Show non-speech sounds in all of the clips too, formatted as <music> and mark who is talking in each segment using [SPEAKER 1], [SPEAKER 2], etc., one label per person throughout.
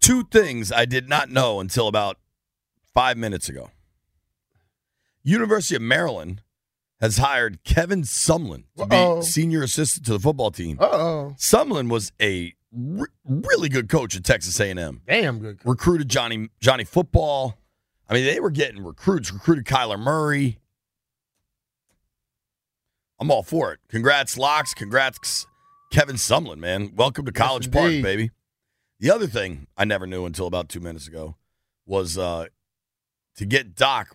[SPEAKER 1] two things I did not know until about five minutes ago. University of Maryland has hired Kevin Sumlin to be
[SPEAKER 2] Uh-oh.
[SPEAKER 1] senior assistant to the football team.
[SPEAKER 2] Uh oh.
[SPEAKER 1] Sumlin was a re- really good coach at Texas A&M.
[SPEAKER 2] Damn good.
[SPEAKER 1] Recruited Johnny Johnny Football. I mean, they were getting recruits. Recruited Kyler Murray. I'm all for it. Congrats, Locks. Congrats, Kevin Sumlin, man. Welcome to College Park,
[SPEAKER 2] indeed.
[SPEAKER 1] baby. The other thing I never knew until about two minutes ago was uh, to get Doc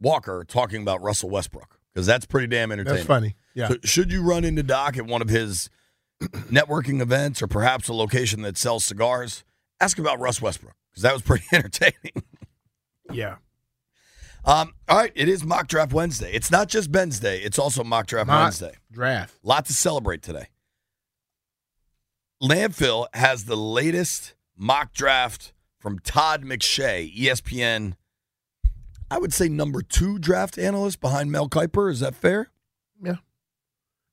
[SPEAKER 1] Walker talking about Russell Westbrook because that's pretty damn entertaining.
[SPEAKER 2] That's funny. Yeah.
[SPEAKER 1] So should you run into Doc at one of his <clears throat> networking events or perhaps a location that sells cigars, ask about Russ Westbrook because that was pretty <laughs> entertaining.
[SPEAKER 2] Yeah.
[SPEAKER 1] Um, all right, it is Mock Draft Wednesday. It's not just Ben's Day, it's also Mock Draft
[SPEAKER 2] Mock.
[SPEAKER 1] Wednesday.
[SPEAKER 2] Draft.
[SPEAKER 1] Lot to celebrate today. Landfill has the latest mock draft from Todd McShay, E ESPN. I would say number two draft analyst behind Mel Kiper. Is that fair?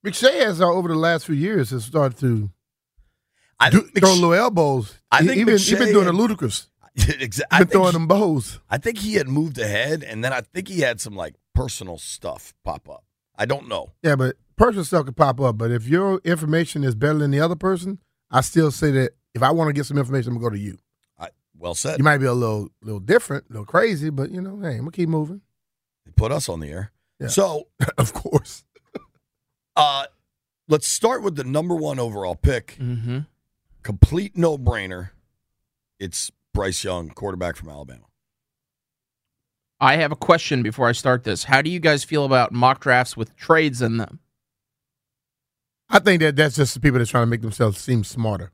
[SPEAKER 2] McShay has uh, over the last few years has started to
[SPEAKER 1] I
[SPEAKER 2] do,
[SPEAKER 1] think
[SPEAKER 2] throw
[SPEAKER 1] McShay-
[SPEAKER 2] little elbows.
[SPEAKER 1] I
[SPEAKER 2] He-
[SPEAKER 1] think
[SPEAKER 2] even he
[SPEAKER 1] McShay
[SPEAKER 2] been doing the
[SPEAKER 1] and-
[SPEAKER 2] ludicrous.
[SPEAKER 1] <laughs> Exa- I
[SPEAKER 2] Been
[SPEAKER 1] think
[SPEAKER 2] throwing
[SPEAKER 1] he-
[SPEAKER 2] them bows.
[SPEAKER 1] I think he had moved ahead, and then I think he had some like personal stuff pop up. I don't know.
[SPEAKER 2] Yeah, but personal stuff could pop up. But if your information is better than the other person, I still say that if I want to get some information, I'm gonna go to you.
[SPEAKER 1] I, well said.
[SPEAKER 2] You might be a little, little different, a little crazy, but you know, hey, I'm gonna
[SPEAKER 1] <laughs>
[SPEAKER 2] keep moving.
[SPEAKER 1] They put us on the air.
[SPEAKER 2] Yeah.
[SPEAKER 1] So
[SPEAKER 2] of course.
[SPEAKER 1] uh, let's start with the number one overall pick.
[SPEAKER 2] Mm.
[SPEAKER 3] Mm-hmm.
[SPEAKER 1] Complete no brainer. It's Bryce Young, quarterback from Alabama.
[SPEAKER 3] I have a question before I start this. How do you guys feel about mock drafts with trades in them?
[SPEAKER 2] I think that that's just the people that's trying to make themselves seem smarter.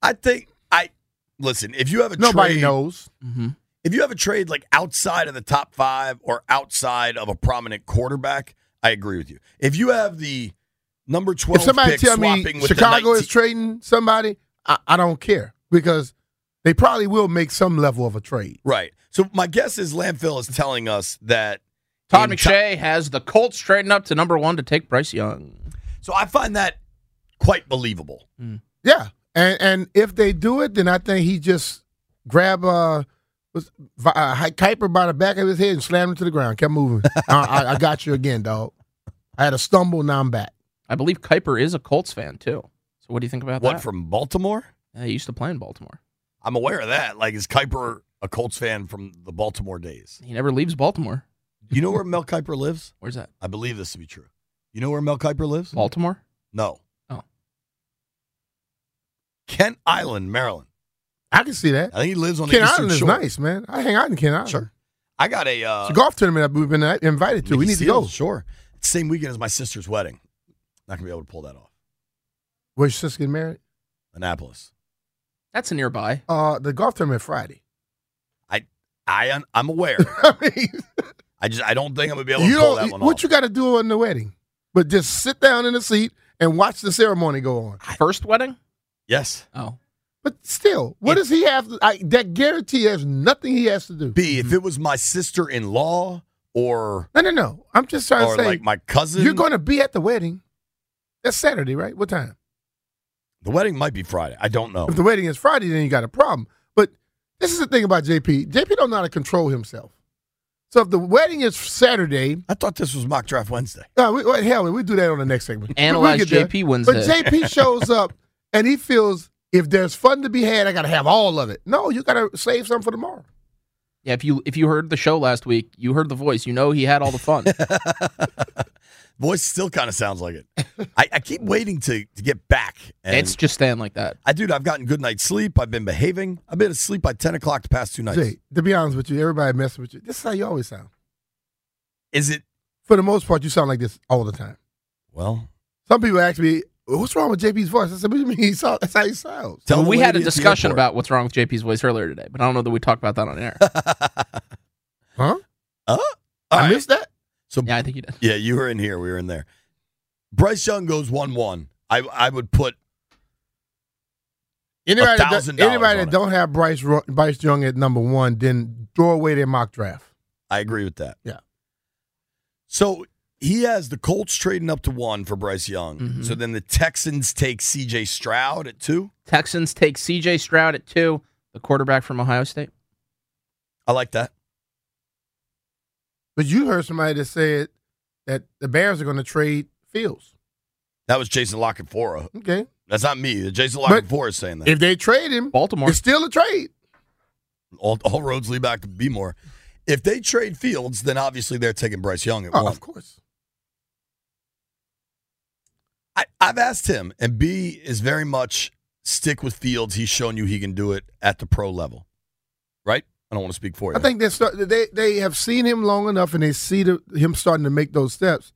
[SPEAKER 1] I think I listen. If you have a
[SPEAKER 2] Nobody
[SPEAKER 1] trade,
[SPEAKER 2] knows.
[SPEAKER 3] Mm-hmm.
[SPEAKER 1] if you have a trade like outside of the top five or outside of a prominent quarterback, I agree with you. If you have the number twelve
[SPEAKER 2] If somebody
[SPEAKER 1] pick
[SPEAKER 2] tell me
[SPEAKER 1] swapping with the
[SPEAKER 2] Chicago is
[SPEAKER 1] 19
[SPEAKER 2] trading somebody, I, I don't care because they probably will make some level of a trade.
[SPEAKER 1] Right. So my guess is Landfill is telling us that
[SPEAKER 3] Todd
[SPEAKER 1] in
[SPEAKER 3] McShay has the Colts trading up to number one to take Bryce Young.
[SPEAKER 1] ti- so I find that quite believable.
[SPEAKER 2] Yeah, and and if they do it, then I think he just grab uh was Vi- uh, Hi- Kuiper by the back of his head and slam him to the ground. Kept moving. <laughs> I, I, I got you again, dog. I had a stumble. Now I'm back.
[SPEAKER 3] I believe Kuiper is a Colts fan too. So what do you think about
[SPEAKER 1] What
[SPEAKER 3] that?
[SPEAKER 1] from Baltimore?
[SPEAKER 3] Yeah, he used to play in Baltimore.
[SPEAKER 1] I'm aware of that. Like is Kuiper a Colts fan from the Baltimore days?
[SPEAKER 3] He never leaves Baltimore.
[SPEAKER 1] You know where Mel Kiper lives?
[SPEAKER 3] Where's that?
[SPEAKER 1] I believe this to be true. You know where Mel Kiper lives?
[SPEAKER 3] Baltimore?
[SPEAKER 1] No.
[SPEAKER 3] Oh.
[SPEAKER 1] Kent Island, Maryland.
[SPEAKER 2] I can see that.
[SPEAKER 1] I think he lives on
[SPEAKER 2] Ken
[SPEAKER 1] the Eastern
[SPEAKER 2] Island is
[SPEAKER 1] Shore.
[SPEAKER 2] nice, man. I hang out in Ken Island.
[SPEAKER 1] Sure. I got a uh,
[SPEAKER 2] It's a golf tournament that we've been invited to. We
[SPEAKER 1] Mickey
[SPEAKER 2] need to
[SPEAKER 1] Seals,
[SPEAKER 2] go.
[SPEAKER 1] Sure. Same weekend as my sister's wedding. Not gonna be able to pull that off.
[SPEAKER 2] Where's your sister getting married?
[SPEAKER 1] Annapolis.
[SPEAKER 3] That's a nearby.
[SPEAKER 2] Uh, the golf tournament Friday. <laughs>
[SPEAKER 1] I I'm aware.
[SPEAKER 2] I mean,
[SPEAKER 1] I just I don't think I'm gonna be able to
[SPEAKER 2] you
[SPEAKER 1] pull that
[SPEAKER 2] don't.
[SPEAKER 1] one
[SPEAKER 2] What
[SPEAKER 1] off.
[SPEAKER 2] you got to do on the wedding? But just sit down in the seat and watch the ceremony go on.
[SPEAKER 3] First wedding?
[SPEAKER 1] yes.
[SPEAKER 3] Oh.
[SPEAKER 2] But still, what does he have? To, I, that guarantee has nothing he has to do.
[SPEAKER 1] B, if it was my sister in law or
[SPEAKER 2] No, no, no. I'm just trying
[SPEAKER 1] or
[SPEAKER 2] to say
[SPEAKER 1] like my cousin
[SPEAKER 2] you're going to be at the wedding. That's Saturday, right? What time?
[SPEAKER 1] the wedding might be Friday. I don't know.
[SPEAKER 2] If the wedding is Friday, then you got a problem. But this is the thing about JP. JP don't know how to control himself. So if the wedding is Saturday,
[SPEAKER 1] I thought this was mock draft Wednesday. <laughs>
[SPEAKER 2] uh, we, well, hell, we do that on the next segment. We- we'll
[SPEAKER 3] Analyze
[SPEAKER 2] get there.
[SPEAKER 3] JP Wednesday.
[SPEAKER 2] But JP shows up and he feels if there's fun to be had, I got to have all of it. No, you got to save some for tomorrow.
[SPEAKER 3] Yeah, if you if you heard the show last week, you heard the voice. You know he had all the fun.
[SPEAKER 1] Voice still kind of sounds like it. I, I keep waiting to to get back. And
[SPEAKER 3] it's just staying like that.
[SPEAKER 1] I dude, I've gotten good night's sleep. I've been behaving. I've been asleep by ten o'clock the past two nights.
[SPEAKER 2] Jay, to be honest with you, everybody messing with you. This is how you always sound.
[SPEAKER 1] Is it
[SPEAKER 2] For the most part, you sound like this all the time.
[SPEAKER 1] well?
[SPEAKER 2] Some people ask me, "Well, "What's wrong with JP's voice?" I said, "What do you mean? He sound, that's how he sounds."
[SPEAKER 1] Tell
[SPEAKER 3] Well,
[SPEAKER 1] the
[SPEAKER 3] we had a
[SPEAKER 1] lady at the
[SPEAKER 3] discussion
[SPEAKER 1] airport.
[SPEAKER 3] about what's wrong with JP's voice earlier today, but I don't know that we talked about that on air.
[SPEAKER 2] Huh?
[SPEAKER 1] uh,
[SPEAKER 2] I
[SPEAKER 1] all right.
[SPEAKER 2] missed that.
[SPEAKER 1] So
[SPEAKER 3] yeah, I think you did.
[SPEAKER 1] Yeah, you were in here. We were in there. Bryce Young goes one one. I I would put
[SPEAKER 2] Anybody that,
[SPEAKER 1] $1,000
[SPEAKER 2] do- anybody
[SPEAKER 1] on
[SPEAKER 2] that
[SPEAKER 1] it.
[SPEAKER 2] don't have Bryce Ro- Bryce Young at number one, then throw away their mock draft.
[SPEAKER 1] I agree with that.
[SPEAKER 2] Yeah.
[SPEAKER 1] So he has the Colts trading up to one for Bryce Young.
[SPEAKER 2] Mm-hmm.
[SPEAKER 3] Mhm.
[SPEAKER 1] So then the Texans take CJ Stroud at two.
[SPEAKER 3] Texans take CJ Stroud at two. the quarterback from Ohio State.
[SPEAKER 1] I like that.
[SPEAKER 2] But you heard somebody that said that the Bears are going to trade Fields.
[SPEAKER 1] That was Jason Lockefora.
[SPEAKER 2] Okay.
[SPEAKER 1] That's not me. Jason
[SPEAKER 2] But-
[SPEAKER 1] Lockefora is saying that.
[SPEAKER 2] If they trade him,
[SPEAKER 3] Baltimore.
[SPEAKER 2] it's still a trade.
[SPEAKER 1] all, all roads lead back to Bmore. If they trade Fields, then obviously they're taking Bryce Young at
[SPEAKER 2] Oh,
[SPEAKER 1] one.
[SPEAKER 2] of course.
[SPEAKER 1] I, I've asked him, and B is very much stick with Fields. He's shown you he can do it at the pro level, right? I don't want to speak for you.
[SPEAKER 2] I think they start, they they have seen him long enough, and they see the, him starting to make those steps.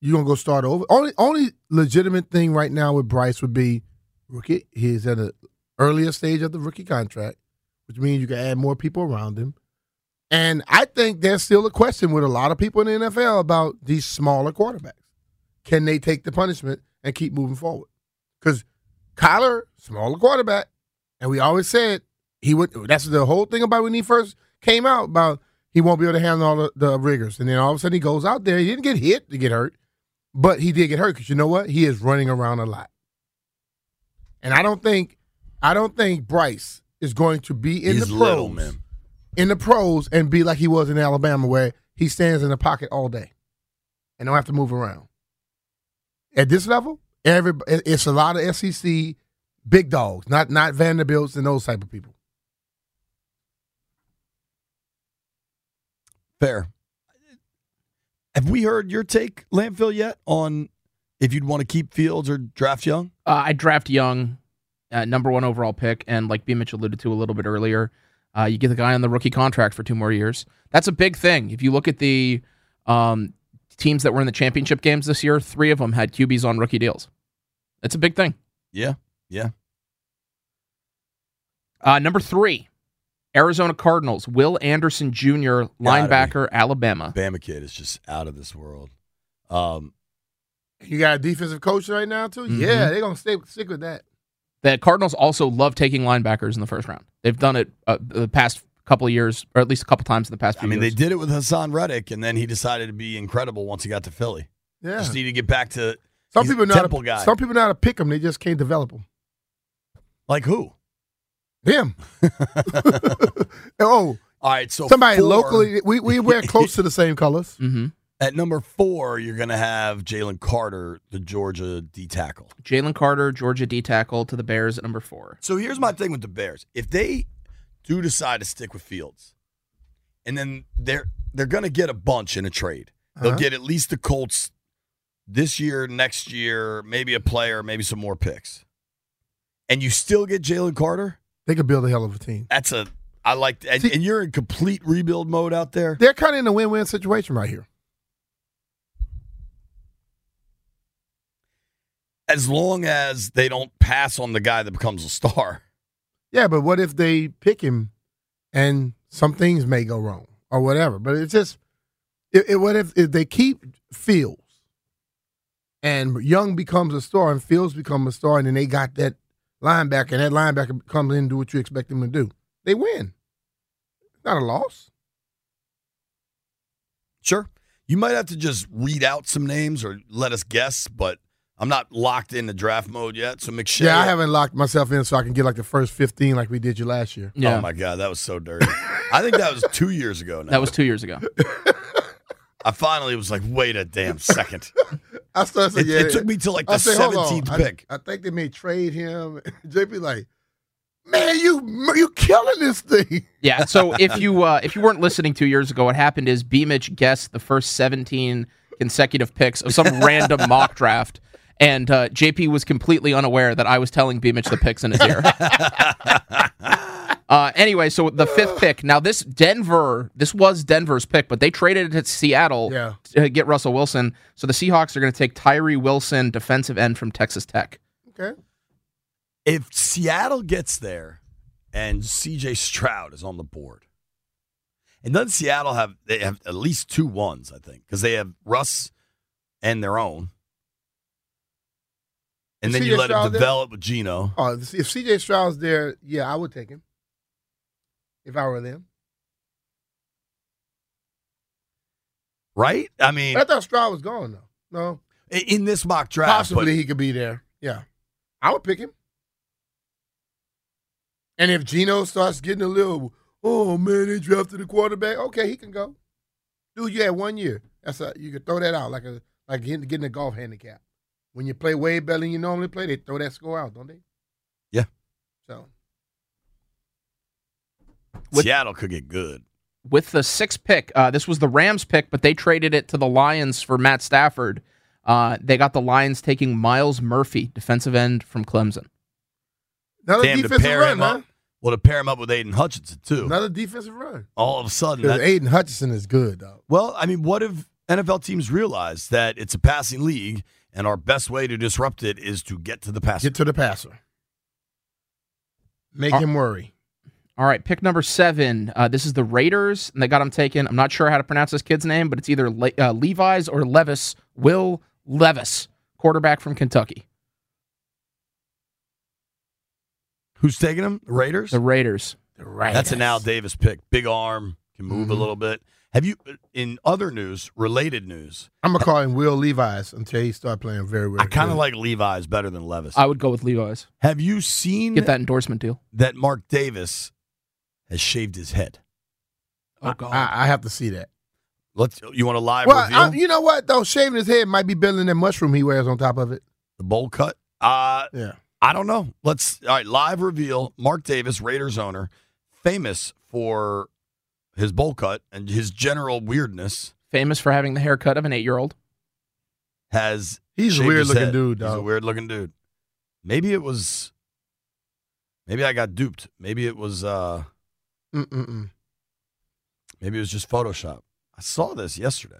[SPEAKER 2] You gonna go start over? Only only legitimate thing right now with Bryce would be rookie. He's at an earlier stage of the rookie contract, which means you can add more people around him. And I think there's still a question with a lot of people in the NFL about these smaller quarterbacks. Can they take the punishment and keep moving forward? Because Kyler, smaller quarterback, and we always said he would. That's the whole thing about when he first came out about he won't be able to handle all the, the rigors. And then all of a sudden he goes out there. He didn't get hit to get hurt, but he did get hurt because you know what? He is running around a lot. And I don't think, I don't think Bryce is going to be in
[SPEAKER 1] he's
[SPEAKER 2] the pros,
[SPEAKER 1] little, man.
[SPEAKER 2] in the pros, and be like he was in Alabama where he stands in the pocket all day, and don't have to move around. At this level, every it- it's a lot of SEC big dogs, not not Vanderbilts and those type of people.
[SPEAKER 1] Fair. Have we heard your take, Landfill, yet on if you'd want to keep Fields or draft Young?
[SPEAKER 3] Uh, I draft Young, uh, number one overall pick, and like B Mitch alluded to a little bit earlier, uh, you get the guy on the rookie contract for two more years. That's a big thing. If you look at the um, teams that were in the championship games this year, three of them had QBs on rookie deals. That's a big thing.
[SPEAKER 1] Yeah.
[SPEAKER 3] Uh, number three, Arizona Cardinals, Will Anderson Jr.,
[SPEAKER 1] Gotta be.
[SPEAKER 3] linebacker, Alabama.
[SPEAKER 1] Bama kid is just out of this world. Um,
[SPEAKER 2] You got a defensive coach right now too.
[SPEAKER 1] Mm-hmm.
[SPEAKER 3] Mhm.
[SPEAKER 2] Yeah, they're gonna stay stick with that.
[SPEAKER 3] The Cardinals also love taking linebackers in the first round. They've done it uh, the past couple of years, or at least a couple times in the past
[SPEAKER 1] I
[SPEAKER 3] few
[SPEAKER 1] mean, they
[SPEAKER 3] years.
[SPEAKER 1] did it with Hassan Reddick, and then he decided to be incredible once he got to Philly.
[SPEAKER 2] Yeah,
[SPEAKER 1] Just need to get back to
[SPEAKER 2] some
[SPEAKER 1] he's a
[SPEAKER 2] people know how
[SPEAKER 1] temple
[SPEAKER 2] to,
[SPEAKER 1] guy.
[SPEAKER 2] some people know how to pick them. They just can't develop them.
[SPEAKER 1] like who? <laughs>
[SPEAKER 2] Them. oh,
[SPEAKER 1] All right, so
[SPEAKER 2] somebody
[SPEAKER 1] four-
[SPEAKER 2] locally. We we
[SPEAKER 1] <laughs>
[SPEAKER 2] wear close to the same colors.
[SPEAKER 3] Mm-hmm.
[SPEAKER 1] At number four, you're going to have Jalen Carter, the Georgia D tackle.
[SPEAKER 3] Jalen Carter, Georgia D tackle to the Bears at number four.
[SPEAKER 1] So here's my thing with the Bears: if they do decide to stick with Fields, and then they're they're going to get a bunch in a trade. They'll
[SPEAKER 2] Uh-huh.
[SPEAKER 1] get at least the Colts this year, next year, maybe a player, maybe some more picks, and you still get Jalen Carter.
[SPEAKER 2] They could build a hell of a team.
[SPEAKER 1] That's a I like, and,
[SPEAKER 2] See-
[SPEAKER 1] and you're in complete rebuild mode out there.
[SPEAKER 2] They're kind of in a win-win situation right here.
[SPEAKER 1] As long as they don't pass on the guy that becomes a star.
[SPEAKER 2] Yeah, but what if they pick him, and some things may go wrong or whatever? But it's just, it, it, what if, if they keep Fields, and Young becomes a star, and Fields become a star, and then they got that linebacker, and that linebacker comes in and do what you expect them to do. They win. Not a loss.
[SPEAKER 1] Sure. You might have to just read out some names or let us guess, but I'm not locked into draft mode yet. So McShay.
[SPEAKER 2] Yeah, I haven't locked myself in so I can get like the first fifteen like we did you last year.
[SPEAKER 3] Yeah,
[SPEAKER 1] Oh my god, that was so dirty. I think that was two years ago. Now
[SPEAKER 3] that was two years ago.
[SPEAKER 1] I finally was like, wait a damn second.
[SPEAKER 2] <laughs> I started
[SPEAKER 1] It,
[SPEAKER 2] saying, yeah,
[SPEAKER 1] it took me to like the
[SPEAKER 2] I say, hold on.
[SPEAKER 1] 17th
[SPEAKER 2] I-
[SPEAKER 1] pick.
[SPEAKER 2] I, think they may trade him. <laughs> JP like, man, you you killing this thing.
[SPEAKER 3] Yeah. So if you uh, if you weren't listening two years ago, what happened is B Mitch guessed the first 17 consecutive picks of some
[SPEAKER 1] <laughs>
[SPEAKER 3] random mock draft, and uh, JP was completely unaware that I was telling B Mitch the picks in
[SPEAKER 1] <laughs>
[SPEAKER 3] his ear.
[SPEAKER 2] <laughs>
[SPEAKER 3] Uh, anyway, so the fifth pick. Now this Denver, this was Denver's pick, but they traded it to
[SPEAKER 1] Oh.
[SPEAKER 3] Seattle
[SPEAKER 2] Yeah.
[SPEAKER 3] to uh, get Russell Wilson. So the Seahawks are going to take Tyree Wilson, defensive end from Texas Tech.
[SPEAKER 2] Okay.
[SPEAKER 1] If Seattle gets there and CJ Stroud is on the board, and doesn't Seattle have they have at least two ones, I think, because they have Russ and their own. And
[SPEAKER 2] Is
[SPEAKER 1] then
[SPEAKER 2] C.J.
[SPEAKER 1] you let
[SPEAKER 2] Stroud
[SPEAKER 1] it
[SPEAKER 2] there?
[SPEAKER 1] develop with Gino.
[SPEAKER 2] Oh, if CJ Stroud's there, yeah, I would take him. If I were them.
[SPEAKER 1] Right? I mean,
[SPEAKER 2] But I thought Stroud was gone though. No.
[SPEAKER 1] i- in this mock draft,
[SPEAKER 2] Possibly
[SPEAKER 1] but
[SPEAKER 2] he could be there. Yeah. I would pick him. And if Geno starts getting a little, oh man, they drafted a quarterback. Okay, he can go. Dude, you had one year. That's a, you can throw that out like a like getting, getting a golf handicap. When you play way better than you normally play, they throw that score out, don't they?
[SPEAKER 1] Yeah.
[SPEAKER 2] So
[SPEAKER 3] With-
[SPEAKER 1] Seattle could get good.
[SPEAKER 3] with the sixth pick. Uh, this was the Rams pick, but they traded it to the Lions for Matt Stafford. Uh, they got the Lions taking Miles Murphy, defensive end from Clemson.
[SPEAKER 2] another
[SPEAKER 1] Damn, to
[SPEAKER 2] defensive
[SPEAKER 1] pair
[SPEAKER 2] run,
[SPEAKER 1] him
[SPEAKER 2] man.
[SPEAKER 1] up. Well, to pair him up with Aiden Hutchinson too.
[SPEAKER 2] Another defensive run.
[SPEAKER 1] All of a sudden,
[SPEAKER 2] Because
[SPEAKER 1] that,
[SPEAKER 2] Aiden Hutchinson is good though.
[SPEAKER 1] well, I mean, what if NFL teams realize that it's a passing league, and our best way to disrupt it is to get to the pass?
[SPEAKER 2] Get to the passer. Make
[SPEAKER 3] Uh,
[SPEAKER 2] him worry.
[SPEAKER 3] All right, pick number seven. Uh, this is the Raiders, and they got him taken. I'm not sure how to pronounce this kid's name, but it's either Le- uh, Levi's or Levis. Will Levis, quarterback from Kentucky.
[SPEAKER 1] Who's taking him? The Raiders.
[SPEAKER 3] The Raiders.
[SPEAKER 2] Right.
[SPEAKER 1] That's an Al Davis pick. Big arm, can move a
[SPEAKER 3] Mhm.
[SPEAKER 1] little bit. Have you, in other news, related news?
[SPEAKER 2] I'm gonna call him Will Levi's until he start playing very well.
[SPEAKER 1] I kind of like Levi's better than Levis.
[SPEAKER 3] I would go with Levi's.
[SPEAKER 1] Have you seen
[SPEAKER 3] Get that endorsement deal.
[SPEAKER 1] that Mark Davis has shaved his head?
[SPEAKER 3] Oh God.
[SPEAKER 2] I, I have to see that.
[SPEAKER 1] Let's. You want a live
[SPEAKER 2] Well,
[SPEAKER 1] reveal?
[SPEAKER 2] I, you know what though, shaving his head might be better than that mushroom he wears on top of it.
[SPEAKER 1] the bowl cut. Uh,
[SPEAKER 2] Yeah.
[SPEAKER 1] I don't know. Let's all right. Live reveal. Mark Davis, Raiders owner, famous for his bowl cut and his general weirdness,
[SPEAKER 3] Famous for having the haircut of an eight-year-old.
[SPEAKER 1] has
[SPEAKER 2] He's a
[SPEAKER 1] shaved
[SPEAKER 2] weird
[SPEAKER 1] his
[SPEAKER 2] looking
[SPEAKER 1] head.
[SPEAKER 2] dude,
[SPEAKER 1] He's a
[SPEAKER 2] though.
[SPEAKER 1] weird looking dude. Maybe it was. Maybe I got duped. Maybe it was. uh
[SPEAKER 2] Mm-mm-mm.
[SPEAKER 1] Maybe it was just Photoshop. I saw this yesterday.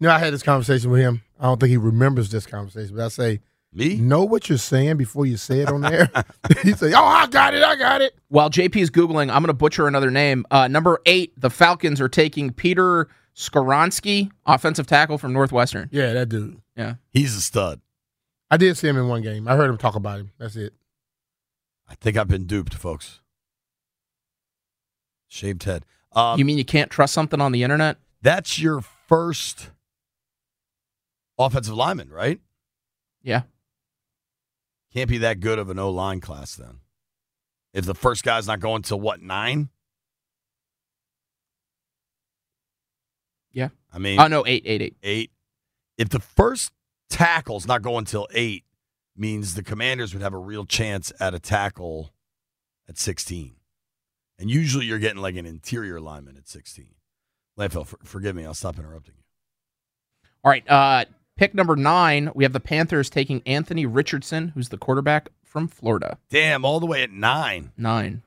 [SPEAKER 2] You know, I had this conversation with him. I don't think he remembers this conversation, but I say,
[SPEAKER 1] Me?
[SPEAKER 2] know what you're saying before you say it on
[SPEAKER 1] <laughs>
[SPEAKER 2] air. <laughs> he say, "Oh, I got it, I got it."
[SPEAKER 3] While JP is googling, I'm going to butcher another name. Uh, number eight, the Falcons are taking Peter Skoronsky, offensive tackle from Northwestern.
[SPEAKER 2] Yeah, that dude.
[SPEAKER 1] He's a stud.
[SPEAKER 2] I did see him in one game. I heard him talk about him. That's it.
[SPEAKER 1] I think I've been duped, folks. Shaved head. Um,
[SPEAKER 3] you mean you can't trust something on the internet?
[SPEAKER 1] that's your first offensive lineman, right?
[SPEAKER 3] Yeah.
[SPEAKER 1] Can't be that good of an O line class then. If the first guy's not going to what nine?
[SPEAKER 3] Yeah.
[SPEAKER 1] I mean
[SPEAKER 3] Oh no, eight, eight, eight.
[SPEAKER 1] eight. If the first tackle's not going till eight, means the commanders would have a real chance at a tackle at 16. And usually you're getting like an interior lineman at 16. Landfill, for, forgive me. I'll stop interrupting you.
[SPEAKER 3] All right. Uh, pick number nine, we have the Panthers taking Anthony Richardson, who's the quarterback from Florida.
[SPEAKER 1] Damn, all the way at nine.
[SPEAKER 3] Nine.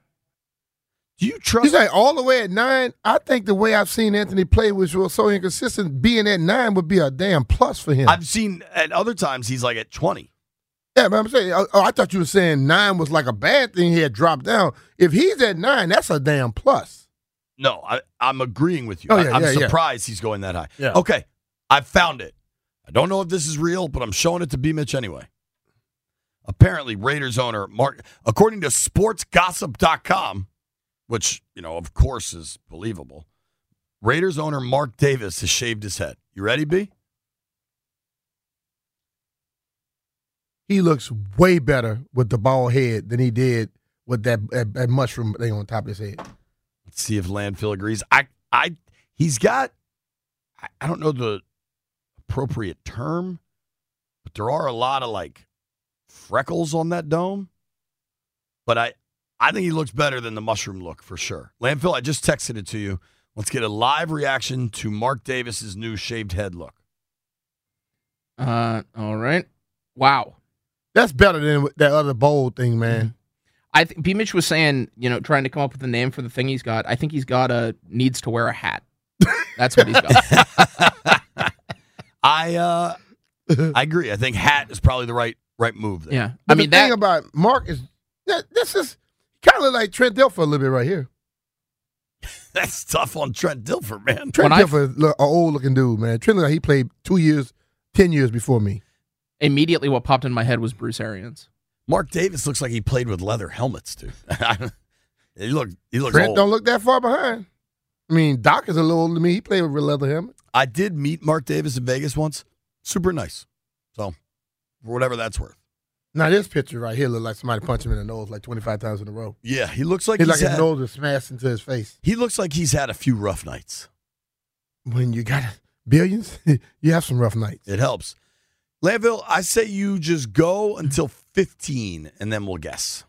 [SPEAKER 1] Do you
[SPEAKER 2] You
[SPEAKER 1] trust?
[SPEAKER 2] say all the way at nine. I think the way I've seen Anthony play, which was so inconsistent, being at nine would be a damn plus for him.
[SPEAKER 1] I've seen at other times he's like at 20.
[SPEAKER 2] Yeah, but I'm saying, oh, oh, I thought you were saying nine was like a bad thing. He had dropped down. If he's at nine, that's a damn plus.
[SPEAKER 1] No, I, I'm agreeing with you.
[SPEAKER 2] Oh,
[SPEAKER 1] I-
[SPEAKER 2] yeah,
[SPEAKER 1] I'm
[SPEAKER 2] yeah, yeah.
[SPEAKER 1] surprised he's going that high.
[SPEAKER 2] Yeah.
[SPEAKER 1] Okay, I found it. I don't know if this is real, but I'm showing it to B Mitch anyway. Apparently, Raiders owner Mark, according to sportsgossip.com, which, you know, of course is believable, Raiders owner Mark Davis has shaved his head. You ready, B?
[SPEAKER 2] He looks way better with the bald head than he did with that, that, that mushroom thing on top of his head.
[SPEAKER 1] Let's see if Landfill agrees. I, I, he's got, I, I don't know the appropriate term, but there are a lot of like freckles on that dome. But I, I think he looks better than the mushroom look for sure. Landfill, I just texted it to you. Let's get a live reaction to Mark Davis's new shaved head look. <laughs>
[SPEAKER 3] Uh, all right. Wow.
[SPEAKER 2] That's better than that other bold thing, man.
[SPEAKER 3] I think B Mitch was saying, you know, trying to come up with a name for the thing he's got. I think he's got a needs to wear a hat. That's what
[SPEAKER 1] <laughs>
[SPEAKER 3] he's got.
[SPEAKER 1] I, uh, I agree. I think hat is probably the right, right move there.
[SPEAKER 3] yeah.
[SPEAKER 2] <laughs> But
[SPEAKER 3] Mm-hmm. I mean
[SPEAKER 2] the thing
[SPEAKER 3] that
[SPEAKER 2] about Mark is that this is kind of like Trent Dilfer a little bit right here.
[SPEAKER 1] <laughs> That's tough on Trent Dilfer, man.
[SPEAKER 2] Trent
[SPEAKER 3] When I-
[SPEAKER 2] Dilfer, is an old looking dude, man. Trent look like he played two years, ten years before me.
[SPEAKER 3] immediately what popped in my head was Bruce Arians.
[SPEAKER 1] Mark Davis looks like he played with leather helmets, dude. <laughs> he look he looks
[SPEAKER 2] Trent
[SPEAKER 1] old.
[SPEAKER 2] don't look that far behind. I mean, Doc is a little older than me. He played with leather helmet.
[SPEAKER 1] I did meet Mark Davis in Vegas once. Super nice. So, for whatever that's worth.
[SPEAKER 2] Now this picture right here look like somebody punched him in the nose like twenty five times in a row.
[SPEAKER 1] Yeah, he looks like
[SPEAKER 2] It's
[SPEAKER 1] he's,
[SPEAKER 2] like his
[SPEAKER 1] had,
[SPEAKER 2] nose was smashed into his face.
[SPEAKER 1] he looks like he's had a few rough nights.
[SPEAKER 2] When you got billions, <laughs> you have some rough nights.
[SPEAKER 1] It helps. Landville, I say you just go until 15 and then we'll guess.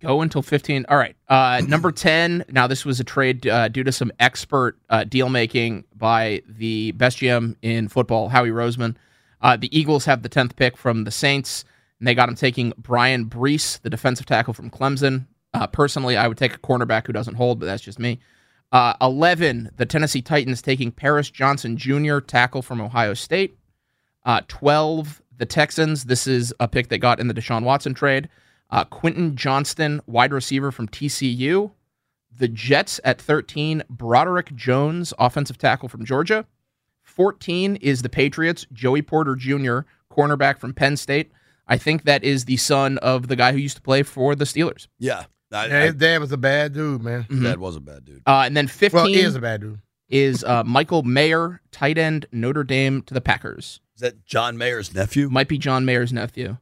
[SPEAKER 3] Go until 15. All right. Uh, number 10. Now, this was a trade uh, due to some expert uh, deal making by the best GM in football, Howie Roseman. Uh, the Eagles have the 10th pick from the Saints, and they got him taking Brian Brees, the defensive tackle from Clemson. Uh, personally, I would take a cornerback who doesn't hold, but that's just me. Uh, 11. The Tennessee Titans taking Paris Johnson Jr., tackle from Ohio State. Uh, 12, the Texans. This is a pick that got in the Deshaun Watson trade. Uh, Quinton Johnston, wide receiver from TCU. The Jets at 13, Broderick Jones, offensive tackle from Georgia. 14 is the Patriots, Joey Porter Jr., cornerback from Penn State. I think that is the son of the guy who used to play for the Steelers.
[SPEAKER 1] Yeah. I,
[SPEAKER 2] Yeah,
[SPEAKER 1] I-
[SPEAKER 2] his dad was a bad dude, man.
[SPEAKER 3] Mhm.
[SPEAKER 1] That was a bad dude.
[SPEAKER 3] Uh, and then 15
[SPEAKER 2] Well, he is
[SPEAKER 3] is,
[SPEAKER 2] a bad dude.
[SPEAKER 3] uh, Michael Mayer, tight end, Notre Dame to the Packers.
[SPEAKER 1] Is that John Mayer's nephew?
[SPEAKER 3] Might be John Mayer's nephew.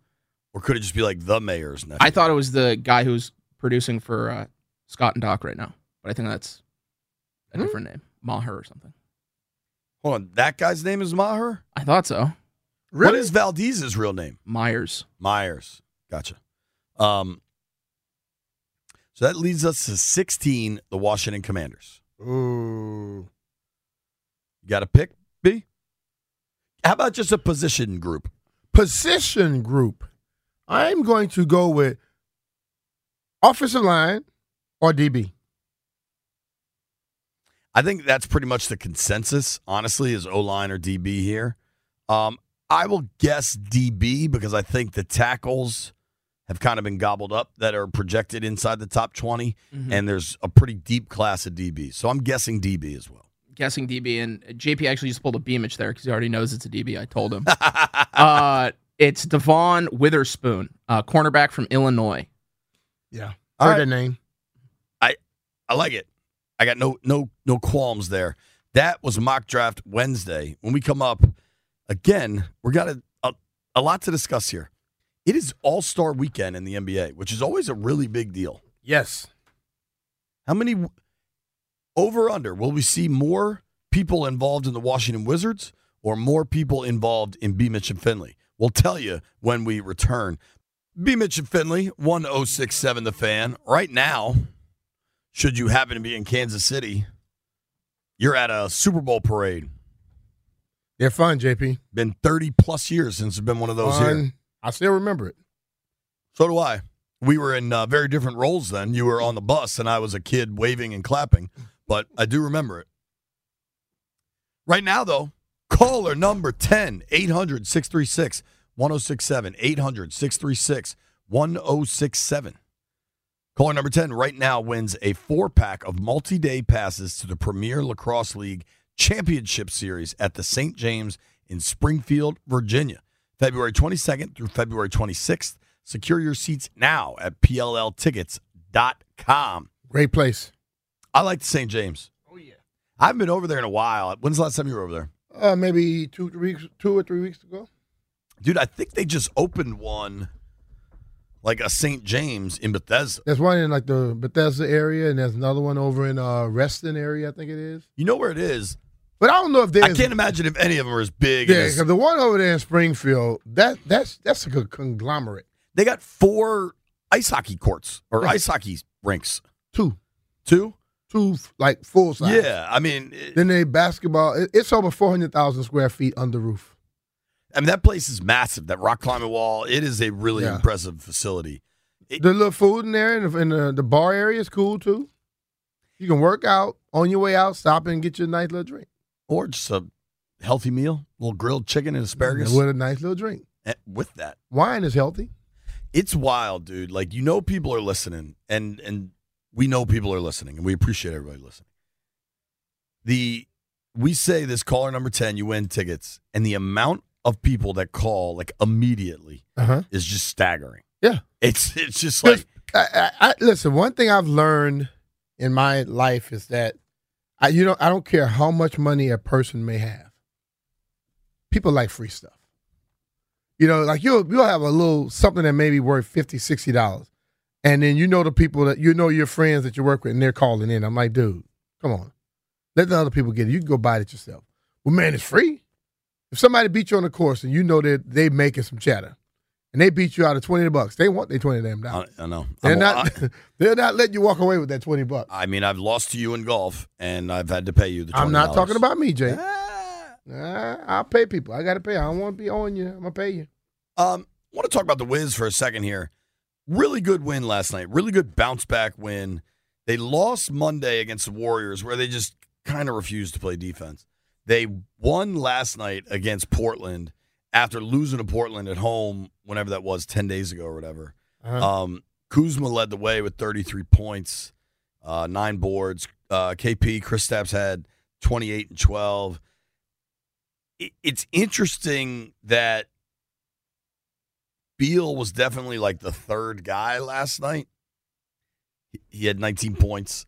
[SPEAKER 1] Or could it just be like the mayor's nephew?
[SPEAKER 3] I thought it was the guy who's producing for uh, Scott and Doc right now, but I think that's a
[SPEAKER 2] Hmm?
[SPEAKER 3] different name, Maher or something.
[SPEAKER 1] Hold on. That guy's name is Maher?
[SPEAKER 3] I thought so.
[SPEAKER 1] What is Valdez's real name?
[SPEAKER 3] Myers.
[SPEAKER 1] Myers. Gotcha. Um, so that leads us to 16, the Washington Commanders.
[SPEAKER 2] Ooh.
[SPEAKER 1] You got a pick, B? How about just a position group?
[SPEAKER 2] Position group. I'm going to go with offensive line or DB.
[SPEAKER 1] I think that's pretty much the consensus, honestly, is O line or DB here. Um, I will guess DB because I think the tackles have kind of been gobbled up that are projected inside the top 20,
[SPEAKER 3] Mhm.
[SPEAKER 1] and there's a pretty deep class of DB. So I'm guessing DB as well. <laughs>
[SPEAKER 3] guessing DB, and JP actually just pulled a beamage there because he already knows it's a DB. I told
[SPEAKER 1] <laughs>
[SPEAKER 3] him. uh, it's Devon Witherspoon, uh, cornerback from Illinois.
[SPEAKER 2] Yeah.
[SPEAKER 1] All
[SPEAKER 2] Heard
[SPEAKER 1] right.
[SPEAKER 2] that name.
[SPEAKER 1] I like it. I got no no no qualms there. That was mock draft Wednesday. When we come up again, we got a, a, a lot to discuss here. It is All Star Weekend in the NBA, which is always a really big deal.
[SPEAKER 2] Yes.
[SPEAKER 1] How many over under will we see more people involved in the Washington Wizards or more people involved in B Mitch and Finley? We'll tell you when we return. B Mitch and Finley, 1067 the fan. Right now, should you happen to be in Kansas City, you're at a Super Bowl parade.
[SPEAKER 2] They're fun, JP.
[SPEAKER 1] Been 30 plus years since there's been one of those here.
[SPEAKER 2] Fun. I still remember it.
[SPEAKER 1] So do I. We were in uh, very different roles then. You were on the bus, and I was a kid waving and clapping, but I do remember it. Right now, though, caller number 10, 800 636 1067. 800 636 1067. Caller number 10 right now wins a four pack of multi day passes to the Premier Lacrosse League Championship Series at the St. James in Springfield, Virginia, February 22nd through February 26th. Secure your seats now at PLLtickets.com.
[SPEAKER 2] Great place.
[SPEAKER 1] I like the St. James.
[SPEAKER 3] Oh yeah.
[SPEAKER 1] I haven't been over there in a while. When's the last time you were over there?
[SPEAKER 2] Uh, maybe two, three weeks, two or three weeks ago.
[SPEAKER 1] Dude, I think they just opened one, like a St. James in Bethesda.
[SPEAKER 2] There's one in like the Bethesda area, and there's another one over in uh Reston area, I think it is.
[SPEAKER 1] You know where it is.
[SPEAKER 2] But I don't know if
[SPEAKER 1] I
[SPEAKER 2] there's
[SPEAKER 1] can't imagine if any of them are as big.
[SPEAKER 2] yeah,
[SPEAKER 1] and as-
[SPEAKER 2] 'cause the one over there in Springfield, that that's that's like a conglomerate.
[SPEAKER 1] They got four ice hockey courts or ice hockey rinks.
[SPEAKER 2] Two,
[SPEAKER 1] Two?
[SPEAKER 2] two like full size.
[SPEAKER 1] Yeah. I mean, it-
[SPEAKER 2] Then they basketball. it- It's over four hundred thousand square feet under roof.
[SPEAKER 1] I mean that place is massive. That rock climbing wall. It is a really
[SPEAKER 2] Yeah.
[SPEAKER 1] impressive facility.
[SPEAKER 2] The little food in there and the, and the, the bar area is cool too. You can work out on your way out, stop and get your nice little drink.
[SPEAKER 1] Or just a healthy meal, a little grilled chicken and asparagus
[SPEAKER 2] with a nice little drink.
[SPEAKER 1] Eh, with that.
[SPEAKER 2] Wine is healthy.
[SPEAKER 1] It's wild, dude. Like you know people are listening and and we know people are listening and we appreciate everybody listening. The we say this caller number 10 you win tickets and the amount of people that call like immediately
[SPEAKER 2] Uh huh.
[SPEAKER 1] is just staggering.
[SPEAKER 2] Yeah.
[SPEAKER 1] It's it's just like
[SPEAKER 2] I, I, I, listen, one thing I've learned in my life is that I you know I don't care how much money a person may have. People like free stuff. You know, like you'll you'll have a little something that may be worth 50 dollars, and then you know the people that you know your friends that you work with, and they're calling in. I'm like, dude, come on, let the other people get it. You can go buy it yourself. Well, man, it's free. If somebody beat you on the course and you know that they making some chatter, and they beat you out of twenty bucks, they want their twenty damn
[SPEAKER 1] I,
[SPEAKER 2] dollars.
[SPEAKER 1] I know.
[SPEAKER 2] They're
[SPEAKER 1] I'm-
[SPEAKER 2] not.
[SPEAKER 1] I,
[SPEAKER 2] <laughs> they're not letting you walk away with that twenty bucks.
[SPEAKER 1] I mean, I've lost to you in golf, and I've had to pay you the. $20.
[SPEAKER 2] I'm not talking about me, Jay.
[SPEAKER 1] Ah.
[SPEAKER 2] Nah, I'll pay people. I gotta pay. I don't want to be on you. I'm gonna pay you.
[SPEAKER 1] Um, I want to talk about the Wiz for a second here. Really good win last night. Really good bounce back win. They lost Monday against the Warriors, where they just kind of refused to play defense. They won last night against Portland after losing to Portland at home, whenever that was, ten days ago or whatever.
[SPEAKER 2] Uh-huh.
[SPEAKER 1] Um, Kuzma led the way with 33 points, uh, nine boards. Uh, KP, Chris Stapps had 28 and 12. It, it's interesting that Beal was definitely like the third guy last night. He- He had 19 points.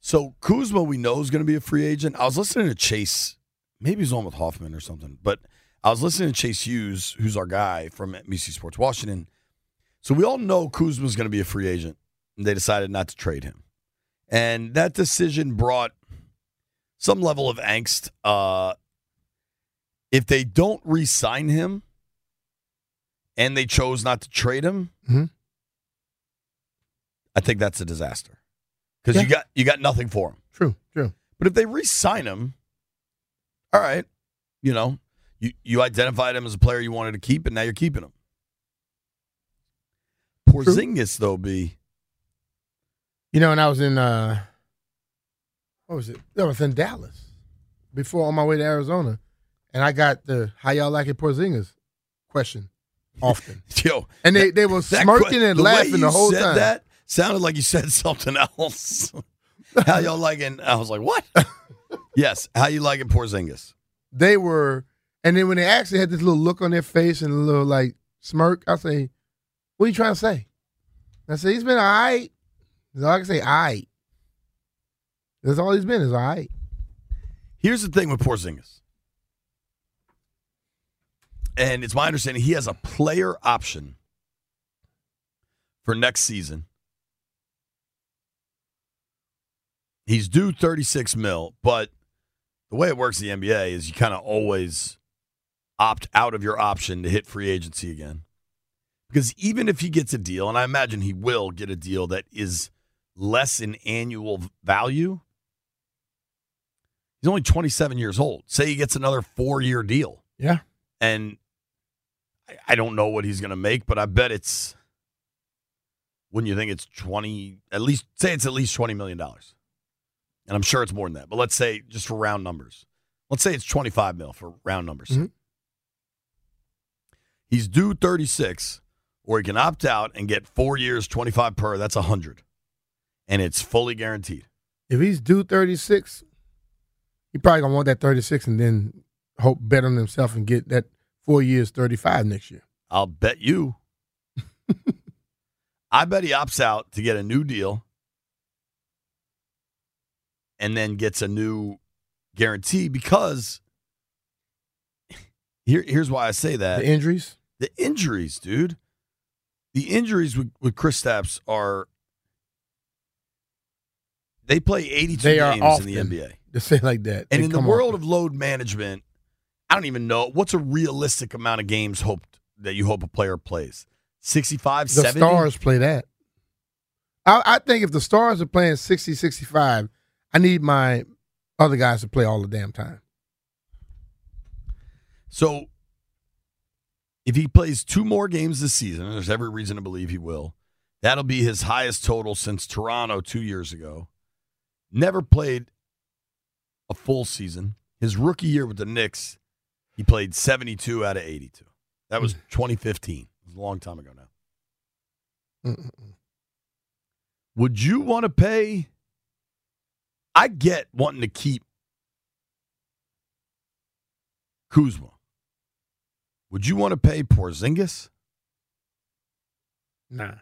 [SPEAKER 1] So Kuzma, we know, is going to be a free agent. I was listening to Chase. Maybe he's on with Hoffman or something, but I was listening to Chase Hughes, who's our guy from NBC Sports Washington. So we all know Kuzma's going to be a free agent, and they decided not to trade him. And that decision brought some level of angst. Uh, if they don't re sign him and they chose not to trade him,
[SPEAKER 2] Mhm.
[SPEAKER 1] I think that's a disaster because
[SPEAKER 2] Yeah.
[SPEAKER 1] you, got, you got nothing for him.
[SPEAKER 2] true, true.
[SPEAKER 1] But if they re-sign him, all right, you know, you, you identified him as a player you wanted to keep, and now you're keeping him. Porzingis, though, be
[SPEAKER 2] You know, when I was in uh what was it? I was in Dallas before on my way to Arizona, and I got the how y'all like it Porzingis question often,
[SPEAKER 1] <laughs> yo
[SPEAKER 2] and they they
[SPEAKER 1] <laughs>
[SPEAKER 2] were
[SPEAKER 1] that
[SPEAKER 2] smirking
[SPEAKER 1] que-
[SPEAKER 2] and
[SPEAKER 1] the way
[SPEAKER 2] laughing the
[SPEAKER 1] you
[SPEAKER 2] whole
[SPEAKER 1] said
[SPEAKER 2] time.
[SPEAKER 1] That sounded like you said <laughs> something else. how y'all liking? I was like,
[SPEAKER 2] <laughs>
[SPEAKER 1] what? yes, how you liking Porzingis?
[SPEAKER 2] They were, and then when they actually had this little look on their face and a little like smirk, I say, "What are you trying to say?" I say, "He's been all right." That's all I can say. All right. That's all he's been is all right.
[SPEAKER 1] Here's the thing with Porzingis, and it's my understanding he has a player option for next season. He's due 36 mil, but the way it works in the NBA is you kind of always opt out of your option to hit free agency again. Because even if he gets a deal, and I imagine he will get a deal that is less in annual value, he's only 27 years old. Say he gets another four year deal.
[SPEAKER 2] Yeah.
[SPEAKER 1] And I, I don't know what he's going to make, but I bet it's, wouldn't you think it's 20, at least, say it's at least $20 million. And I'm sure it's more than that, but let's say just for round numbers, let's say it's 25 mil for round numbers.
[SPEAKER 2] Mhm.
[SPEAKER 1] He's due 36, or he can opt out and get four years, 25 per. That's 100. And it's fully guaranteed.
[SPEAKER 2] If he's due 36, he probably gonna want that 36 and then hope bet on himself and get that four years 35 next year.
[SPEAKER 1] I'll bet you. I bet he opts out to get a new deal and then gets a new guarantee because here, here's why I say that
[SPEAKER 2] The injuries, <laughs>
[SPEAKER 1] the injuries, dude. The injuries with, with Chris Stapps are they play 82
[SPEAKER 2] They are
[SPEAKER 1] games in
[SPEAKER 2] often.
[SPEAKER 1] the NBA.
[SPEAKER 2] to say like that.
[SPEAKER 1] And
[SPEAKER 2] They
[SPEAKER 1] in the
[SPEAKER 2] come
[SPEAKER 1] world
[SPEAKER 2] off.
[SPEAKER 1] of load management, I don't even know what's a realistic amount of games hoped that you hope a player plays. 65,
[SPEAKER 2] the
[SPEAKER 1] 70?
[SPEAKER 2] stars play that. I, I think if the stars are playing 60, 65, I need my other guys to play all the damn time.
[SPEAKER 1] So if he plays two more games this season, and there's every reason to believe he will, that'll be his highest total since Toronto two years ago. Never played a full season. His rookie year with the Knicks, he played 72 out of 82. That
[SPEAKER 2] Hmm.
[SPEAKER 1] was 2015. It was a long time ago now.
[SPEAKER 2] Mm-mm.
[SPEAKER 1] Would you want to pay? I get wanting to keep Kuzma. Would you want to pay Porzingis?
[SPEAKER 2] Nah,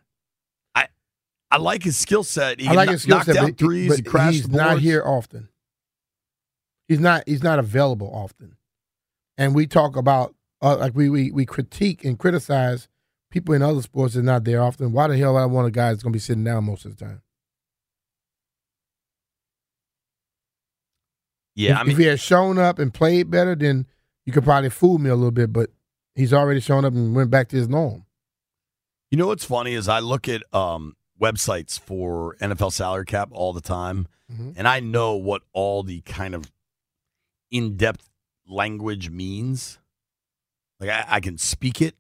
[SPEAKER 1] I like his skill set. He
[SPEAKER 2] I like
[SPEAKER 1] kno-
[SPEAKER 2] his skill
[SPEAKER 1] knocked
[SPEAKER 2] set,
[SPEAKER 1] down
[SPEAKER 2] but, he-
[SPEAKER 1] threes.
[SPEAKER 2] but
[SPEAKER 1] he crashed
[SPEAKER 2] he's
[SPEAKER 1] the
[SPEAKER 2] not
[SPEAKER 1] boards.
[SPEAKER 2] here often. He's not. He's not available often, and we talk about uh, like we, we we critique and criticize people in other sports that's not there often. Why the hell would I want a guy that's going to be sitting down most of the time?
[SPEAKER 1] Yeah,
[SPEAKER 2] if,
[SPEAKER 1] I
[SPEAKER 2] if
[SPEAKER 1] mean,
[SPEAKER 2] he had shown up and played better, then you could probably fool me a little bit. But he's already shown up and went back to his norm.
[SPEAKER 1] You know what's funny is I look at um, websites for NFL salary cap all the time,
[SPEAKER 2] Mhm.
[SPEAKER 1] and I know what all the kind of in-depth language means. Like I, I can speak it.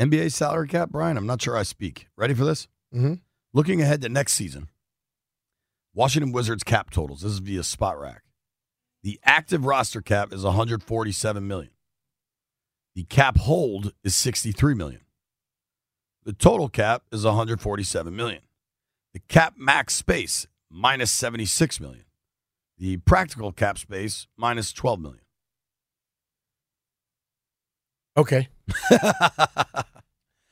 [SPEAKER 1] NBA salary cap, Brian. I'm not sure I speak. Ready for this?
[SPEAKER 2] Mhm.
[SPEAKER 1] Looking ahead to next season, Washington Wizards cap totals. This is via Spot Rack. The active roster cap is 147 million. The cap hold is 63 million. The total cap is 147 million. The cap max space minus 76 million. The practical cap space minus 12 million.
[SPEAKER 2] Okay, I don't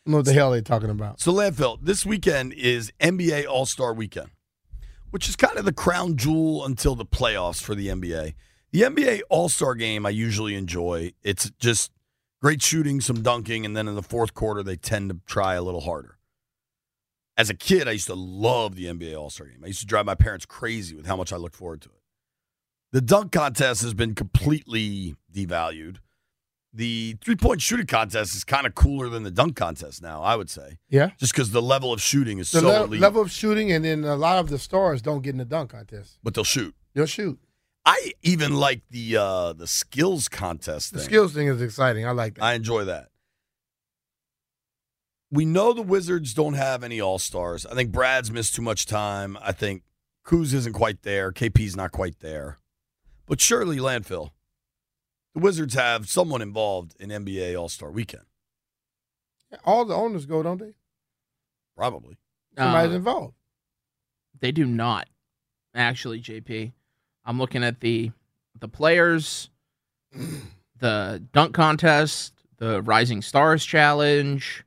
[SPEAKER 2] know what the hell they're talking about.
[SPEAKER 1] so landfill, this weekend is NBA All-Star weekend, which is kind of the crown jewel until the playoffs for the NBA. The NBA All-Star game I usually enjoy. It's just great shooting, some dunking, and then in the fourth quarter they tend to try a little harder. As a kid, I used to love the NBA All Star game. I used to drive my parents crazy with how much I looked forward to it. The dunk contest has been completely devalued. The three point shooting contest is kind of cooler than the dunk contest now, I would say,
[SPEAKER 2] Yeah,
[SPEAKER 1] just because the level of shooting is
[SPEAKER 2] the
[SPEAKER 1] so
[SPEAKER 2] le-
[SPEAKER 1] elite,
[SPEAKER 2] level of shooting, and then a lot of the stars don't get in the dunk contest.
[SPEAKER 1] but they'll shoot.
[SPEAKER 2] They'll shoot.
[SPEAKER 1] I even like the uh, the skills contest.
[SPEAKER 2] The
[SPEAKER 1] Thing.
[SPEAKER 2] skills thing is exciting. I like that.
[SPEAKER 1] I enjoy that. We know the Wizards don't have any All Stars. I think Brad's missed too much time. I think Kuz isn't quite there. KP's not quite there. But surely, landfill. The Wizards have someone involved in NBA All Star Weekend,
[SPEAKER 2] All the owners go, don't they?
[SPEAKER 1] probably.
[SPEAKER 2] Somebody's
[SPEAKER 3] Uh,
[SPEAKER 2] involved.
[SPEAKER 3] They do not, actually, JP. I'm looking at the
[SPEAKER 1] <clears throat>
[SPEAKER 3] the players, the dunk contest, the Rising Stars Challenge.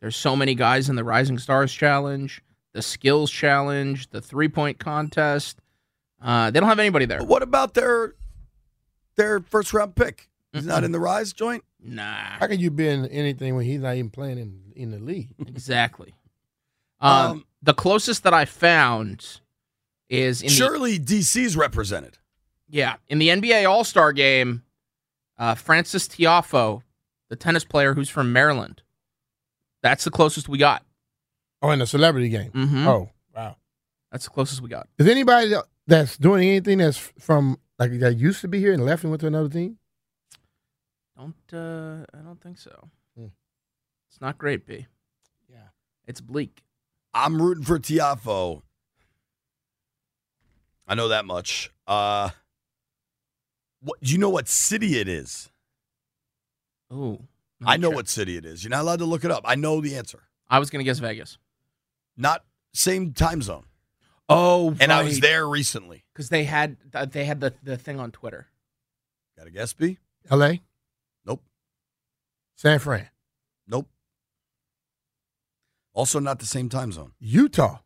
[SPEAKER 3] There's so many guys in the Rising Stars Challenge, the skills challenge, the three point contest. Uh, they don't have anybody there.
[SPEAKER 1] But what about their their first round pick? He's not in the rise joint.
[SPEAKER 3] Nah,
[SPEAKER 2] How can you be in anything when he's not even playing in, in the league?
[SPEAKER 3] exactly. Um,
[SPEAKER 1] Um,
[SPEAKER 3] the closest that I found is in the
[SPEAKER 1] Surely DC's represented.
[SPEAKER 3] Yeah, in the NBA All Star Game, uh, Francis Tiafo, the tennis player who's from Maryland, that's the closest we got.
[SPEAKER 2] Oh, in a celebrity game.
[SPEAKER 3] Mm-hmm.
[SPEAKER 2] Oh, wow.
[SPEAKER 3] That's the closest we got.
[SPEAKER 2] Is anybody that- that's doing anything that's from like that used to be here and left and went to another team?
[SPEAKER 3] Don't uh, I don't think so.
[SPEAKER 2] Hmm.
[SPEAKER 3] It's not great, B.
[SPEAKER 2] Yeah.
[SPEAKER 3] It's bleak.
[SPEAKER 1] I'm rooting for Tiafo. I know that much. Uh what do you know what city it is?
[SPEAKER 3] Oh,
[SPEAKER 1] I know what city it is. You're not allowed to look it up. I know the answer.
[SPEAKER 3] I was gonna guess Vegas.
[SPEAKER 1] Not same time zone.
[SPEAKER 3] Oh,
[SPEAKER 1] And I was there recently.
[SPEAKER 3] because they had th- they had the, the thing on Twitter.
[SPEAKER 1] Got a guess, B?
[SPEAKER 2] L.A.
[SPEAKER 1] Nope.
[SPEAKER 2] San Fran,
[SPEAKER 1] Nope. Also not the same time zone.
[SPEAKER 2] Utah.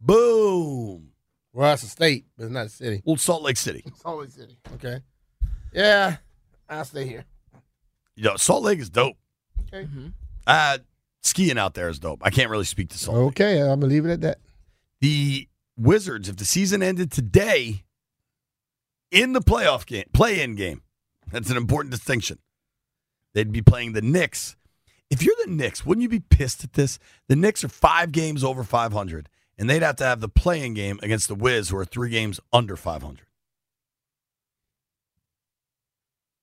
[SPEAKER 1] Boom.
[SPEAKER 2] Well, that's a state, but it's not a city.
[SPEAKER 1] Old Salt Lake City.
[SPEAKER 2] It's always city. Okay. Yeah, I'll stay here.
[SPEAKER 1] You know, Salt Lake is dope.
[SPEAKER 2] Okay.
[SPEAKER 3] Mm-hmm.
[SPEAKER 1] Uh skiing out there is dope. I can't really speak to Salt Lake.
[SPEAKER 2] Okay, I'm gonna leave it at that.
[SPEAKER 1] the Wizards, if the season ended today, in the playoff game, play-in game, that's an important distinction. They'd be playing the Knicks. If you're the Knicks, wouldn't you be pissed at this? The Knicks are five games over 500, and they'd have to have the play-in game against the Wiz, who are three games under 500.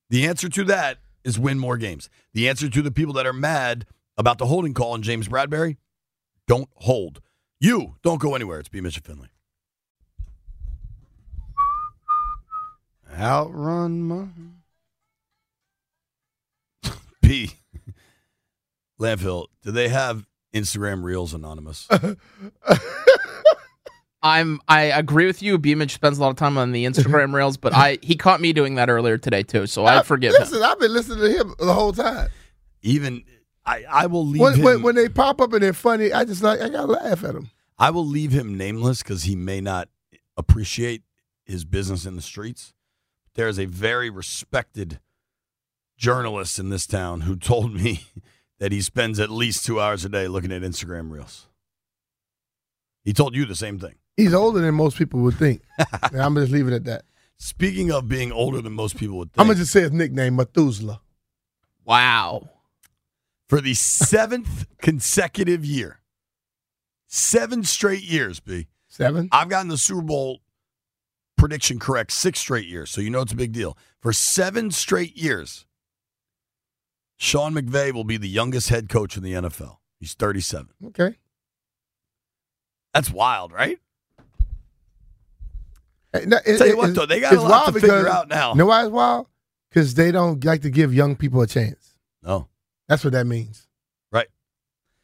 [SPEAKER 1] The answer to that is win more games. The answer to the people that are mad about the holding call on James Bradbury, don't hold. You don't go anywhere. It's B. Mitchell Finley. Outrun my
[SPEAKER 2] <laughs>
[SPEAKER 1] B. <laughs> Landfill. Do they have Instagram Reels Anonymous?
[SPEAKER 3] I'm I agree with you. Beamage spends a lot of time <laughs> on the Instagram rails, but I he caught me doing that earlier today too, so I forgive him.
[SPEAKER 2] Listen, I've been listening to him the whole time.
[SPEAKER 1] Even I, I will leave
[SPEAKER 2] When,
[SPEAKER 1] him.
[SPEAKER 2] when, when they pop up and they're funny, I just like I gotta laugh at them.
[SPEAKER 1] I will leave him nameless because he may not appreciate his business in the streets. There is a very respected journalist in this town who told me <laughs> that he spends at least two hours a day looking at Instagram reels. He told you the same thing.
[SPEAKER 2] He's older than most people would
[SPEAKER 1] <laughs>
[SPEAKER 2] think. and I'm gonna just leave it at that.
[SPEAKER 1] Speaking of being older than most people would think,
[SPEAKER 2] I'm gonna just say his nickname, Methuselah.
[SPEAKER 3] Wow.
[SPEAKER 1] for the seventh consecutive year, seven straight years, B.
[SPEAKER 2] Seven.
[SPEAKER 1] I've gotten the Super Bowl prediction correct six straight years, so you know it's a big deal. For seven straight years, Sean McVay will be the youngest head coach in the NFL. He's 37.
[SPEAKER 2] Okay.
[SPEAKER 1] That's wild, right?
[SPEAKER 2] Hey, no, it-
[SPEAKER 1] Tell you
[SPEAKER 2] it-
[SPEAKER 1] what,
[SPEAKER 2] it's-
[SPEAKER 1] though, they got a
[SPEAKER 2] it's
[SPEAKER 1] lot to
[SPEAKER 2] wild because-
[SPEAKER 1] figure out now.
[SPEAKER 2] You know why it's wild? Because they don't like to give young people a chance.
[SPEAKER 1] No.
[SPEAKER 2] That's what that means.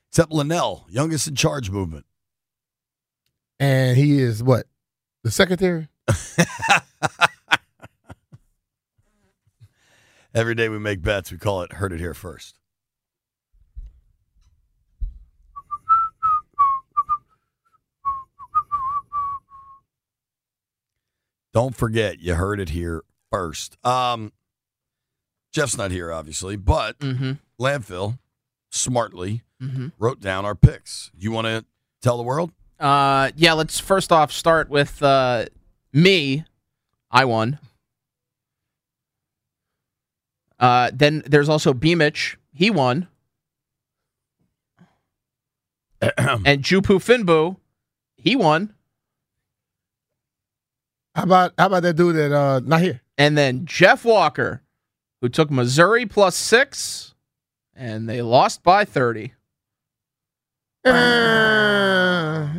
[SPEAKER 1] Except Linnell, youngest in charge movement.
[SPEAKER 2] And he is what? The secretary?
[SPEAKER 1] Every day we make bets, we call it heard it here first. Don't forget, you heard it here first. Um, Jeff's not here, obviously, but
[SPEAKER 3] Mm-hmm.
[SPEAKER 1] Landfill smartly
[SPEAKER 3] Mm-hmm.
[SPEAKER 1] wrote down our picks. You want to tell the world? <clears throat>
[SPEAKER 3] Uh, yeah. Let's first off start with uh, me. I won. Uh, then there's also Beamich. He won, and Jupu Finbu. He won,
[SPEAKER 2] How about how about that dude that uh not here?
[SPEAKER 3] and then Jeff Walker, who took Missouri plus six, and they lost by thirty.
[SPEAKER 2] Uh,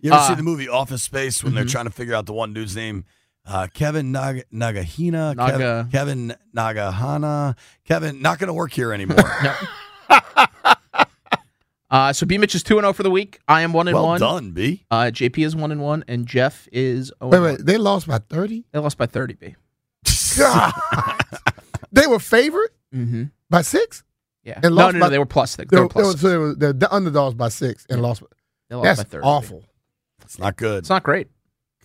[SPEAKER 1] You ever see
[SPEAKER 3] Uh,
[SPEAKER 1] the movie Office Space when they're
[SPEAKER 3] mhm.
[SPEAKER 1] trying to figure out the one dude's name? Uh, Kevin Naga, Nagahina, Kev-
[SPEAKER 3] Naga.
[SPEAKER 1] Kevin Nagahana, Kevin not going to work here
[SPEAKER 3] <laughs>
[SPEAKER 1] anymore.
[SPEAKER 3] No. uh, so B Mitch is two and zero for the week. I am one and
[SPEAKER 1] well
[SPEAKER 3] one.
[SPEAKER 1] done,
[SPEAKER 3] <laughs>
[SPEAKER 1] B.
[SPEAKER 3] Uh, JP is one and one, and Jeff is zero.
[SPEAKER 2] wait,
[SPEAKER 3] and
[SPEAKER 2] wait,
[SPEAKER 3] one.
[SPEAKER 2] they lost by 30?
[SPEAKER 3] They lost by thirty. B.
[SPEAKER 2] God. they were favored
[SPEAKER 3] Mm-hmm.
[SPEAKER 2] by six?
[SPEAKER 3] Yeah.
[SPEAKER 2] And
[SPEAKER 3] no,
[SPEAKER 2] lost
[SPEAKER 3] no,
[SPEAKER 2] by-
[SPEAKER 3] no. They were plus six.
[SPEAKER 2] They
[SPEAKER 3] They
[SPEAKER 2] were,
[SPEAKER 3] were
[SPEAKER 2] they were,
[SPEAKER 3] plus.
[SPEAKER 2] so
[SPEAKER 3] Six.
[SPEAKER 2] they were, they're the underdogs by six and
[SPEAKER 3] Yeah.
[SPEAKER 2] lost.
[SPEAKER 3] They lost
[SPEAKER 2] That's
[SPEAKER 3] by thirty.
[SPEAKER 2] awful.
[SPEAKER 1] It's not good.
[SPEAKER 3] It's not great.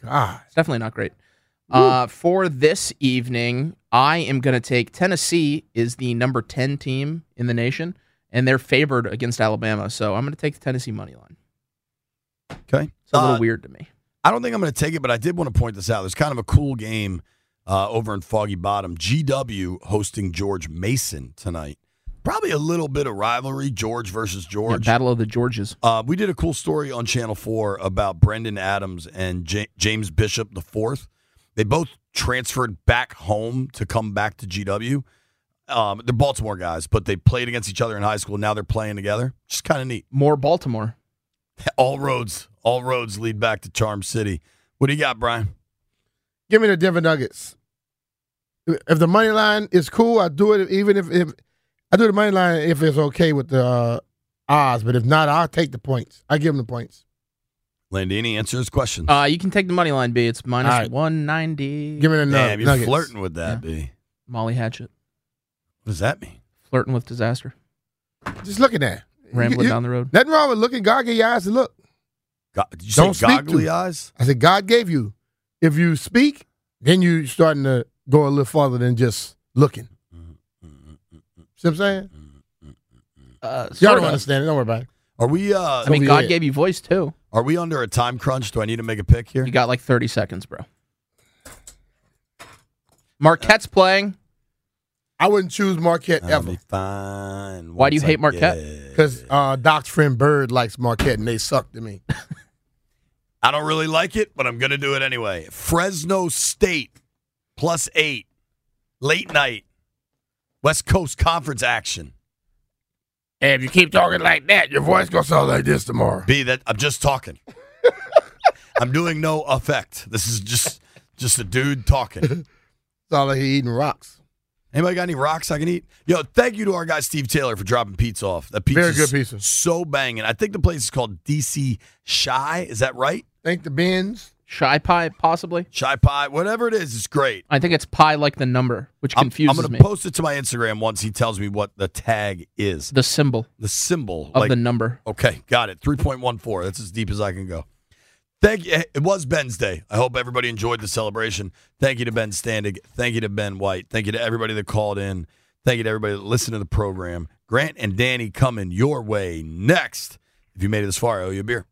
[SPEAKER 2] God.
[SPEAKER 3] It's definitely not great. Uh, for this evening, I am going to take Tennessee is the number ten team in the nation, and they're favored against Alabama. So I'm going to take the Tennessee money line.
[SPEAKER 1] Okay.
[SPEAKER 3] It's a little
[SPEAKER 1] Uh,
[SPEAKER 3] weird to me.
[SPEAKER 1] I don't think I'm going to take it, but I did want to point this out. There's kind of a cool game uh, over in Foggy Bottom. GW hosting George Mason tonight. Probably a little bit of rivalry, George versus
[SPEAKER 3] Yeah,
[SPEAKER 1] George.
[SPEAKER 3] Battle of the Georges.
[SPEAKER 1] Uh, we did a cool story on Channel 4 about Brendan Adams and J- James Bishop the fourth. They both transferred back home to come back to GW. Um, they're Baltimore guys, but they played against each other in high school. Now they're playing together. Just kind of neat.
[SPEAKER 3] More Baltimore.
[SPEAKER 1] All roads, all roads lead back to Charm City. What do you got, Brian?
[SPEAKER 2] Give me the Denver Nuggets. If the money line is cool, I do it. Even if, if I do the money line, if it's okay with the uh, odds, but if not, I'll take the points. I give them the points.
[SPEAKER 1] Landini, answer his question.
[SPEAKER 3] Uh, you can take the money line, B. It's minus
[SPEAKER 2] All right.
[SPEAKER 3] 190.
[SPEAKER 2] Give me the nu-
[SPEAKER 1] Damn, you're
[SPEAKER 2] Nuggets.
[SPEAKER 1] flirting with that, B.
[SPEAKER 3] Molly Hatchet.
[SPEAKER 1] What does that mean?
[SPEAKER 3] Flirting with disaster.
[SPEAKER 2] Just looking at it.
[SPEAKER 3] Rambling
[SPEAKER 2] You- you-
[SPEAKER 3] down the road.
[SPEAKER 2] Nothing wrong with looking. God gave you eyes to look.
[SPEAKER 1] Go- did you
[SPEAKER 2] Don't
[SPEAKER 1] say
[SPEAKER 2] speak to
[SPEAKER 1] goggly
[SPEAKER 2] me.
[SPEAKER 1] eyes?
[SPEAKER 2] I said, God gave you. If you speak, then you starting to go a little farther than just looking. See what I'm saying?
[SPEAKER 3] Uh,
[SPEAKER 2] Y'all
[SPEAKER 3] sorta.
[SPEAKER 2] don't understand it. Don't worry about it.
[SPEAKER 1] Are we uh
[SPEAKER 3] I mean,
[SPEAKER 2] Over
[SPEAKER 3] God
[SPEAKER 2] your
[SPEAKER 3] gave you voice, too.
[SPEAKER 1] are we under a time crunch? Do I need to make a pick here?
[SPEAKER 3] You got like 30 seconds, bro. Marquette's playing.
[SPEAKER 2] I wouldn't choose Marquette
[SPEAKER 1] I'll
[SPEAKER 2] ever
[SPEAKER 1] be fine.
[SPEAKER 3] Why do you
[SPEAKER 1] once I
[SPEAKER 3] hate Marquette?
[SPEAKER 1] get-
[SPEAKER 2] because uh, Doc's friend Bird likes Marquette and they suck to me.
[SPEAKER 1] I don't really like it, but I'm going to do it anyway. Fresno State plus eight, late night, West Coast Conference action.
[SPEAKER 2] Hey, if you keep talking like that, your voice gonna sound like this tomorrow.
[SPEAKER 1] Be that I'm just
[SPEAKER 3] <laughs>
[SPEAKER 1] talking. I'm doing no effect. This is just just a dude talking.
[SPEAKER 2] Sound like he eating rocks.
[SPEAKER 1] Anybody got any rocks I can eat? Yo, thank you to our guy Steve Taylor for dropping pizza off. That pizza
[SPEAKER 2] Very good pizza.
[SPEAKER 1] so banging. I think the place is called DC Shy. Is that right?
[SPEAKER 2] Think the bins.
[SPEAKER 3] Shy Pie, possibly.
[SPEAKER 1] Shy Pie, whatever it is, it's great.
[SPEAKER 3] I think it's pie like the number, which
[SPEAKER 1] I'm, I'm
[SPEAKER 3] confuses
[SPEAKER 1] going
[SPEAKER 3] me.
[SPEAKER 1] to post it to my Instagram once he tells me what the tag is.
[SPEAKER 3] the symbol
[SPEAKER 1] The symbol.
[SPEAKER 3] of
[SPEAKER 1] like,
[SPEAKER 3] the number.
[SPEAKER 1] okay, got it. 3.14. That's as deep as I can go. Thank you. eh, It was Ben's day. I hope everybody enjoyed the celebration. Thank you to Ben Standing. Thank you to Ben White. Thank you to everybody that called in. Thank you to everybody that listened to the program. Grant and Danny coming your way next. If you made it this far, I owe you a beer.